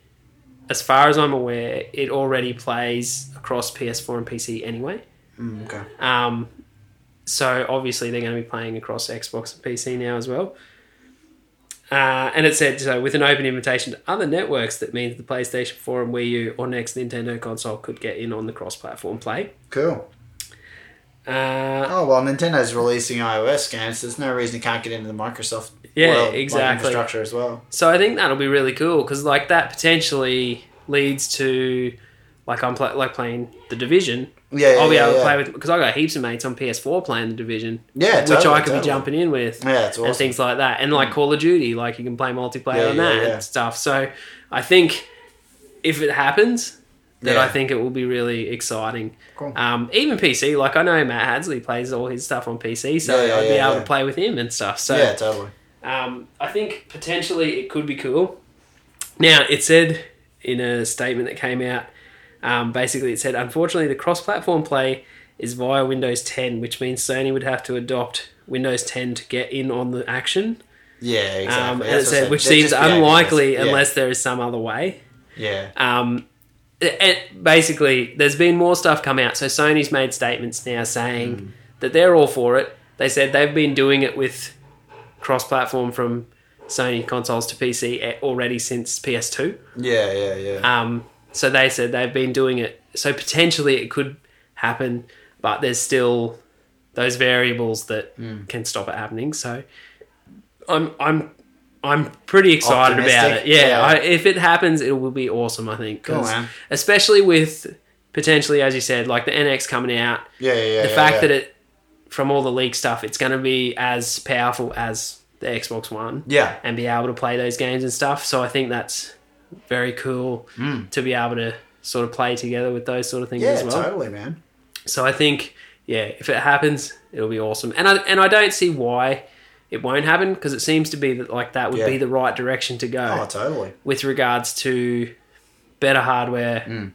[SPEAKER 2] as far as I'm aware, it already plays across PS4 and PC anyway.
[SPEAKER 1] Mm, okay.
[SPEAKER 2] Um, so obviously they're going to be playing across Xbox and PC now as well. Uh, and it said so with an open invitation to other networks, that means the PlayStation 4 and Wii U or next Nintendo console could get in on the cross-platform play.
[SPEAKER 1] Cool.
[SPEAKER 2] Uh,
[SPEAKER 1] Oh well, Nintendo's releasing iOS games. There's no reason you can't get into the Microsoft
[SPEAKER 2] Yeah,
[SPEAKER 1] world, like,
[SPEAKER 2] exactly.
[SPEAKER 1] infrastructure as well.
[SPEAKER 2] so I think that'll be really cool because like that potentially leads to like I'm pla like playing the Division.
[SPEAKER 1] Yeah, yeah,
[SPEAKER 2] I'll be
[SPEAKER 1] yeah,
[SPEAKER 2] able
[SPEAKER 1] yeah.
[SPEAKER 2] to play with because I got heaps of mates on PS4 playing the Division.
[SPEAKER 1] Yeah,
[SPEAKER 2] which
[SPEAKER 1] totally,
[SPEAKER 2] I could be
[SPEAKER 1] totally.
[SPEAKER 2] jumping in with.
[SPEAKER 1] Yeah, it's awesome. Hmm.
[SPEAKER 2] and things like that. And like Call of Duty, like you can play multiplayer
[SPEAKER 1] Yeah,
[SPEAKER 2] on
[SPEAKER 1] yeah,
[SPEAKER 2] that
[SPEAKER 1] yeah.
[SPEAKER 2] and stuff. So I think if it happens, then
[SPEAKER 1] Yeah.
[SPEAKER 2] I think it will be really exciting.
[SPEAKER 1] Cool.
[SPEAKER 2] Um, even PC, like I know Matt Hadsley plays all his stuff on PC, so
[SPEAKER 1] Yeah, yeah,
[SPEAKER 2] I'd be
[SPEAKER 1] yeah,
[SPEAKER 2] able
[SPEAKER 1] yeah.
[SPEAKER 2] to play with him and stuff. So
[SPEAKER 1] yeah, totally.
[SPEAKER 2] um, I think potentially it could be cool. Now, it said in a statement that came out, um, basically, it said, unfortunately, the cross platform play is via Windows 10, which means Sony would have to adopt Windows 10 to get in on the action.
[SPEAKER 1] Yeah, exactly.
[SPEAKER 2] Um, and
[SPEAKER 1] That's what
[SPEAKER 2] it
[SPEAKER 1] I
[SPEAKER 2] said, which
[SPEAKER 1] They'd
[SPEAKER 2] seems
[SPEAKER 1] just be APIs.
[SPEAKER 2] unlikely
[SPEAKER 1] Yeah,
[SPEAKER 2] unless there is some other way.
[SPEAKER 1] Yeah.
[SPEAKER 2] Um, and basically, there's been more stuff come out. So Sony's made statements now saying that they're all for it. They said they've been doing it with cross-platform from Sony consoles to PC a- already since PS2.
[SPEAKER 1] Yeah, yeah, yeah.
[SPEAKER 2] Um, so they said they've been doing it. So potentially it could happen, but there's still those variables that
[SPEAKER 1] Hmm.
[SPEAKER 2] can stop it happening. So I'm I'm I'm pretty excited about
[SPEAKER 1] Optimistic?
[SPEAKER 2] it. Yeah,
[SPEAKER 1] Yeah.
[SPEAKER 2] I, if it happens, it will be awesome. I think, 'cause-
[SPEAKER 1] Cool, man.
[SPEAKER 2] especially with potentially, as you said, like the NX coming out,
[SPEAKER 1] yeah, yeah, yeah.
[SPEAKER 2] the fact that it from all the leak stuff, it's going to be as powerful as the Xbox One
[SPEAKER 1] Yeah.
[SPEAKER 2] and be able to play those games and stuff. So I think that's very cool to be able to sort of play together with those sort of things
[SPEAKER 1] Hmm. Yeah,
[SPEAKER 2] as well.
[SPEAKER 1] totally, man.
[SPEAKER 2] So I think yeah, if it happens, it'll be awesome. And I and I don't see why it won't happen because it seems to be that like that would
[SPEAKER 1] Yeah.
[SPEAKER 2] be the right direction to go
[SPEAKER 1] Oh, totally.
[SPEAKER 2] with regards to better hardware,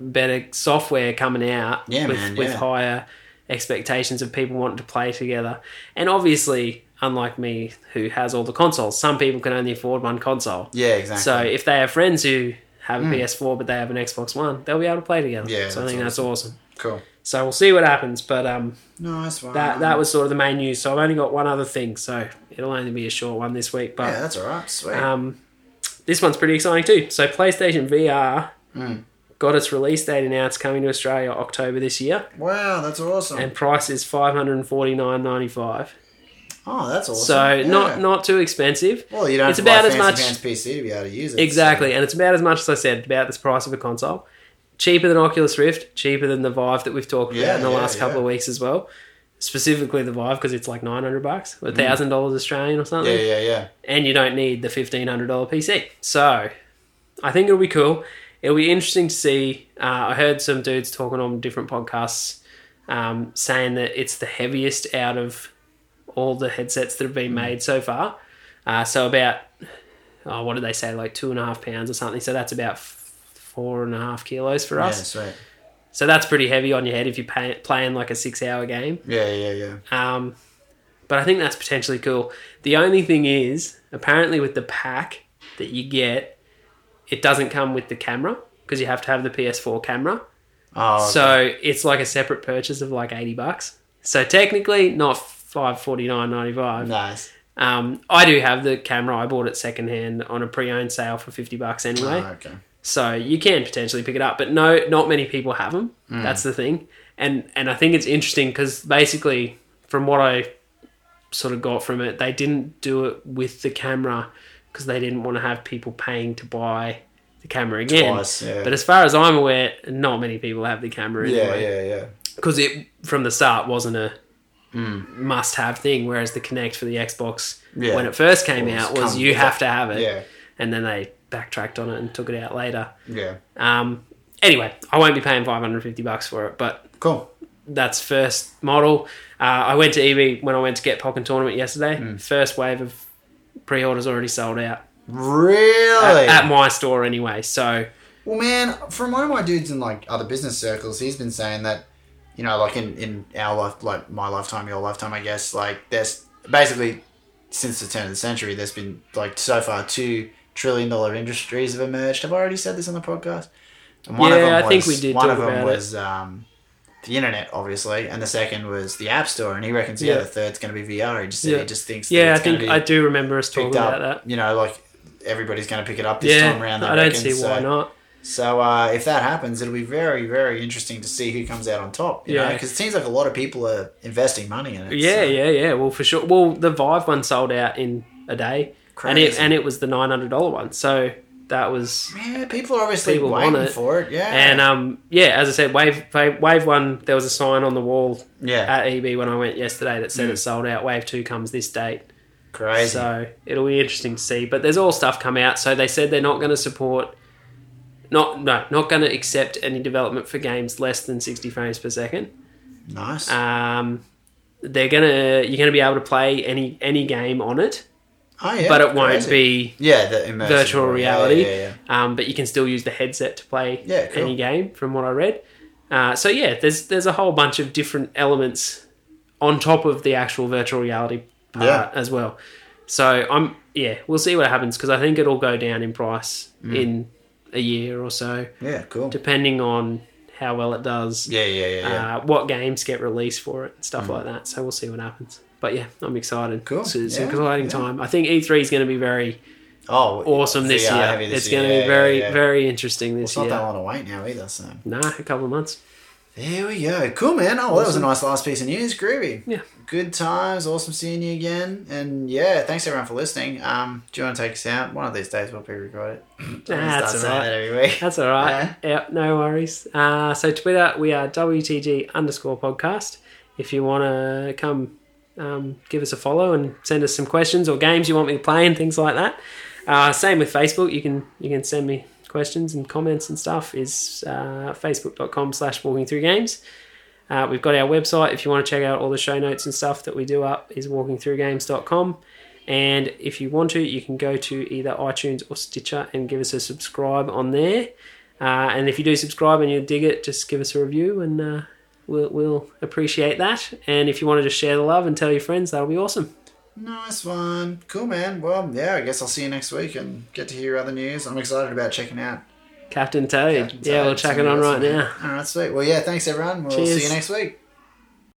[SPEAKER 2] better software coming out
[SPEAKER 1] Hmm. Yeah,
[SPEAKER 2] with
[SPEAKER 1] man,
[SPEAKER 2] with
[SPEAKER 1] yeah.
[SPEAKER 2] higher expectations of people wanting to play together. And obviously, unlike me, who has all the consoles, some people can only afford one console.
[SPEAKER 1] Yeah, exactly. Hmm.
[SPEAKER 2] So if they have friends who have a PS4 but they have an Xbox One, they'll be able to play together.
[SPEAKER 1] Yeah,
[SPEAKER 2] so I
[SPEAKER 1] that's
[SPEAKER 2] think that's awesome.
[SPEAKER 1] cool.
[SPEAKER 2] So we'll see what happens, but um,
[SPEAKER 1] Nice one.
[SPEAKER 2] that that was sort of the main news. So I've only got one other thing, so it'll only be a short one this week.
[SPEAKER 1] yeah,
[SPEAKER 2] But
[SPEAKER 1] that's all right. Sweet.
[SPEAKER 2] um, this one's pretty exciting too. So PlayStation VR
[SPEAKER 1] Mm.
[SPEAKER 2] got its release date announced, coming to Australia October this year,
[SPEAKER 1] wow, that's awesome.
[SPEAKER 2] and price is five hundred and forty nine ninety five.
[SPEAKER 1] oh, that's awesome.
[SPEAKER 2] So not
[SPEAKER 1] Yeah.
[SPEAKER 2] not too expensive.
[SPEAKER 1] Well, you don't.
[SPEAKER 2] it's
[SPEAKER 1] have to
[SPEAKER 2] about
[SPEAKER 1] buy
[SPEAKER 2] as
[SPEAKER 1] fancy
[SPEAKER 2] much-
[SPEAKER 1] pants PC to be able to use it.
[SPEAKER 2] Exactly, and it's about as much as I said about this price of a console. Cheaper than Oculus Rift, cheaper than the Vive that we've talked
[SPEAKER 1] Yeah,
[SPEAKER 2] about in the
[SPEAKER 1] yeah,
[SPEAKER 2] last couple
[SPEAKER 1] yeah.
[SPEAKER 2] of weeks as well. Specifically the Vive because it's like nine hundred bucks, a thousand dollars Australian or
[SPEAKER 1] So.
[SPEAKER 2] something,
[SPEAKER 1] Hmm. Yeah, yeah, yeah.
[SPEAKER 2] and you don't need the fifteen hundred dollar PC. So, I think it'll be cool. It'll be interesting to see. Uh, I heard some dudes talking on different podcasts um, saying that it's the heaviest out of all the headsets that have been made so far. Uh, so about oh, what did they say? Like two and a half pounds or something. So that's about f- four and a half kilos for
[SPEAKER 1] Yeah,
[SPEAKER 2] us.
[SPEAKER 1] sweet.
[SPEAKER 2] So that's pretty heavy on your head if you're pay- playing like a six-hour game.
[SPEAKER 1] Yeah, yeah, yeah.
[SPEAKER 2] Um, but I think that's potentially cool. The only thing is, apparently, with the pack that you get, it doesn't come with the camera because you have to have the PS4 camera.
[SPEAKER 1] Oh, okay.
[SPEAKER 2] So it's like a separate purchase of like eighty bucks. So technically, not five forty nine ninety five.
[SPEAKER 1] nice.
[SPEAKER 2] Um, I do have the camera. I bought it secondhand on a pre-owned sale for fifty bucks anyway.
[SPEAKER 1] Oh, okay.
[SPEAKER 2] So you can potentially pick it up, but no, not many people have them.
[SPEAKER 1] Mm.
[SPEAKER 2] That's the thing, and and I think it's interesting because basically, from what I sort of got from it, they didn't do it with the camera because they didn't want to have people paying to buy the camera again.
[SPEAKER 1] Twice, yeah.
[SPEAKER 2] But as far as I'm aware, not many people have the camera
[SPEAKER 1] Yeah,
[SPEAKER 2] anyway
[SPEAKER 1] yeah, yeah.
[SPEAKER 2] because it from the start wasn't a must-have thing. Whereas the Kinect for the Xbox,
[SPEAKER 1] Mm. Yeah.
[SPEAKER 2] when it first came
[SPEAKER 1] Well, it's
[SPEAKER 2] out, was
[SPEAKER 1] come
[SPEAKER 2] you
[SPEAKER 1] with
[SPEAKER 2] have
[SPEAKER 1] it.
[SPEAKER 2] to have it,
[SPEAKER 1] Yeah,
[SPEAKER 2] and then they backtracked on it and took it out later.
[SPEAKER 1] yeah.
[SPEAKER 2] Um, anyway, I won't be paying 550 bucks for it, but
[SPEAKER 1] Cool.
[SPEAKER 2] that's first model. Uh, I went to EB when I went to Get Pokken tournament yesterday.
[SPEAKER 1] Hmm.
[SPEAKER 2] First wave of pre-orders already sold out at,
[SPEAKER 1] Really?
[SPEAKER 2] at my store anyway. So
[SPEAKER 1] Well, man, from one of my dudes in like other business circles, he's been saying that, you know, like in in our life, like my lifetime, your lifetime, I guess, like there's basically since the turn of the century, there's been like so far two trillion dollar industries have emerged. Have I already said this on the podcast? And
[SPEAKER 2] Yeah, I think we did
[SPEAKER 1] One
[SPEAKER 2] talk
[SPEAKER 1] of them
[SPEAKER 2] about it.
[SPEAKER 1] was um, the internet, obviously, and the second was the app store. And he reckons yeah,
[SPEAKER 2] Yeah.
[SPEAKER 1] the third's going to be VR. He just
[SPEAKER 2] Yeah.
[SPEAKER 1] he just thinks that
[SPEAKER 2] yeah, I
[SPEAKER 1] it's gonna
[SPEAKER 2] think
[SPEAKER 1] be
[SPEAKER 2] I do remember us talking
[SPEAKER 1] picked up.
[SPEAKER 2] about that.
[SPEAKER 1] You know, like everybody's going to pick it up this
[SPEAKER 2] Yeah,
[SPEAKER 1] time around.
[SPEAKER 2] I don't
[SPEAKER 1] reckon,
[SPEAKER 2] see
[SPEAKER 1] so-
[SPEAKER 2] why not.
[SPEAKER 1] so uh, if that happens, it'll be very, very interesting to see who comes out on top. You yeah,
[SPEAKER 2] Yeah.
[SPEAKER 1] because it seems like a lot of people are investing money in it.
[SPEAKER 2] Yeah,
[SPEAKER 1] so-
[SPEAKER 2] yeah, yeah. Well, for sure. Well, the Vive one sold out in a day, and it
[SPEAKER 1] Crazy.
[SPEAKER 2] and it was the nine hundred dollar one. So that was
[SPEAKER 1] yeah. People are obviously
[SPEAKER 2] People want
[SPEAKER 1] waiting
[SPEAKER 2] it.
[SPEAKER 1] for it. Yeah,
[SPEAKER 2] and um yeah. As I said, wave wave, wave one. There was a sign on the wall
[SPEAKER 1] yeah,
[SPEAKER 2] at EB when I went yesterday that said it sold out. Wave two comes this date,
[SPEAKER 1] Mm. crazy.
[SPEAKER 2] so it'll be interesting to see. But there's all stuff come out. So they said they're not going to support. Not no, not going to accept any development for games less than sixty frames per second.
[SPEAKER 1] nice.
[SPEAKER 2] Um, they're gonna you're gonna be able to play any any game on it,
[SPEAKER 1] oh yeah,
[SPEAKER 2] but it won't
[SPEAKER 1] crazy.
[SPEAKER 2] be
[SPEAKER 1] Yeah, the immersive
[SPEAKER 2] virtual
[SPEAKER 1] world. Yeah,
[SPEAKER 2] reality.
[SPEAKER 1] Yeah, yeah,
[SPEAKER 2] Um, but you can still use the headset to play
[SPEAKER 1] Yeah, cool.
[SPEAKER 2] any game, from what I read. Uh, so yeah, there's there's a whole bunch of different elements on top of the actual virtual reality part
[SPEAKER 1] Yeah.
[SPEAKER 2] as well. So I'm yeah, we'll see what happens because I think it'll go down in price
[SPEAKER 1] Mm.
[SPEAKER 2] in a year or so,
[SPEAKER 1] yeah. Yeah, cool.
[SPEAKER 2] depending on how well it does
[SPEAKER 1] Yeah, yeah, yeah, yeah. Mm.
[SPEAKER 2] uh, what games get released for it and stuff like that. So we'll see what happens. But yeah, I'm excited.
[SPEAKER 1] Cool.
[SPEAKER 2] It's, it's
[SPEAKER 1] Yeah,
[SPEAKER 2] an exciting
[SPEAKER 1] yeah.
[SPEAKER 2] time. I think E3 is going to be very
[SPEAKER 1] oh,
[SPEAKER 2] awesome this
[SPEAKER 1] VR
[SPEAKER 2] year.
[SPEAKER 1] heavy this
[SPEAKER 2] it's
[SPEAKER 1] year.
[SPEAKER 2] going to
[SPEAKER 1] Yeah,
[SPEAKER 2] be very,
[SPEAKER 1] yeah, yeah.
[SPEAKER 2] very interesting this
[SPEAKER 1] It's not that
[SPEAKER 2] year.
[SPEAKER 1] long to wait now either. So
[SPEAKER 2] Nah, a couple of months.
[SPEAKER 1] there we go. Cool, man. Oh, well, that was a nice last piece of news. Groovy.
[SPEAKER 2] Yeah.
[SPEAKER 1] good times. Awesome seeing you again. And yeah, thanks everyone for listening. Um, do you want to take us out? One of these days we'll
[SPEAKER 2] [laughs]
[SPEAKER 1] pre-record it.
[SPEAKER 2] That's
[SPEAKER 1] Start
[SPEAKER 2] all
[SPEAKER 1] saying
[SPEAKER 2] right.
[SPEAKER 1] that every week. [laughs]
[SPEAKER 2] That's all right.
[SPEAKER 1] Yeah.
[SPEAKER 2] Yep, no worries. Uh, so Twitter, we are WTG underscore podcast. If you want to come um, give us a follow and send us some questions or games you want me to play and things like that. Uh, same with Facebook. You can you can send me questions and comments and stuff. Is uh, facebook.com slash walking through games. Uh, we've got our website. If you want to check out all the show notes and stuff that we do up, is walkingthroughgames.com. And if you want to, you can go to either iTunes or Stitcher and give us a subscribe on there. Uh, and if you do subscribe and you dig it, just give us a review and uh, we'll, we'll appreciate that. And if you want to just share the love and tell your friends, that'll be awesome.
[SPEAKER 1] Nice one. Cool, man. Well, yeah, I guess I'll see you next week and get to hear other news. I'm excited about checking out.
[SPEAKER 2] Captain Toad.
[SPEAKER 1] Captain
[SPEAKER 2] yeah,
[SPEAKER 1] Toad.
[SPEAKER 2] we'll chuck it on
[SPEAKER 1] Something
[SPEAKER 2] right
[SPEAKER 1] else,
[SPEAKER 2] now.
[SPEAKER 1] man. All right, sweet. Well, yeah, thanks, everyone. We'll see
[SPEAKER 2] Cheers.
[SPEAKER 1] you next week.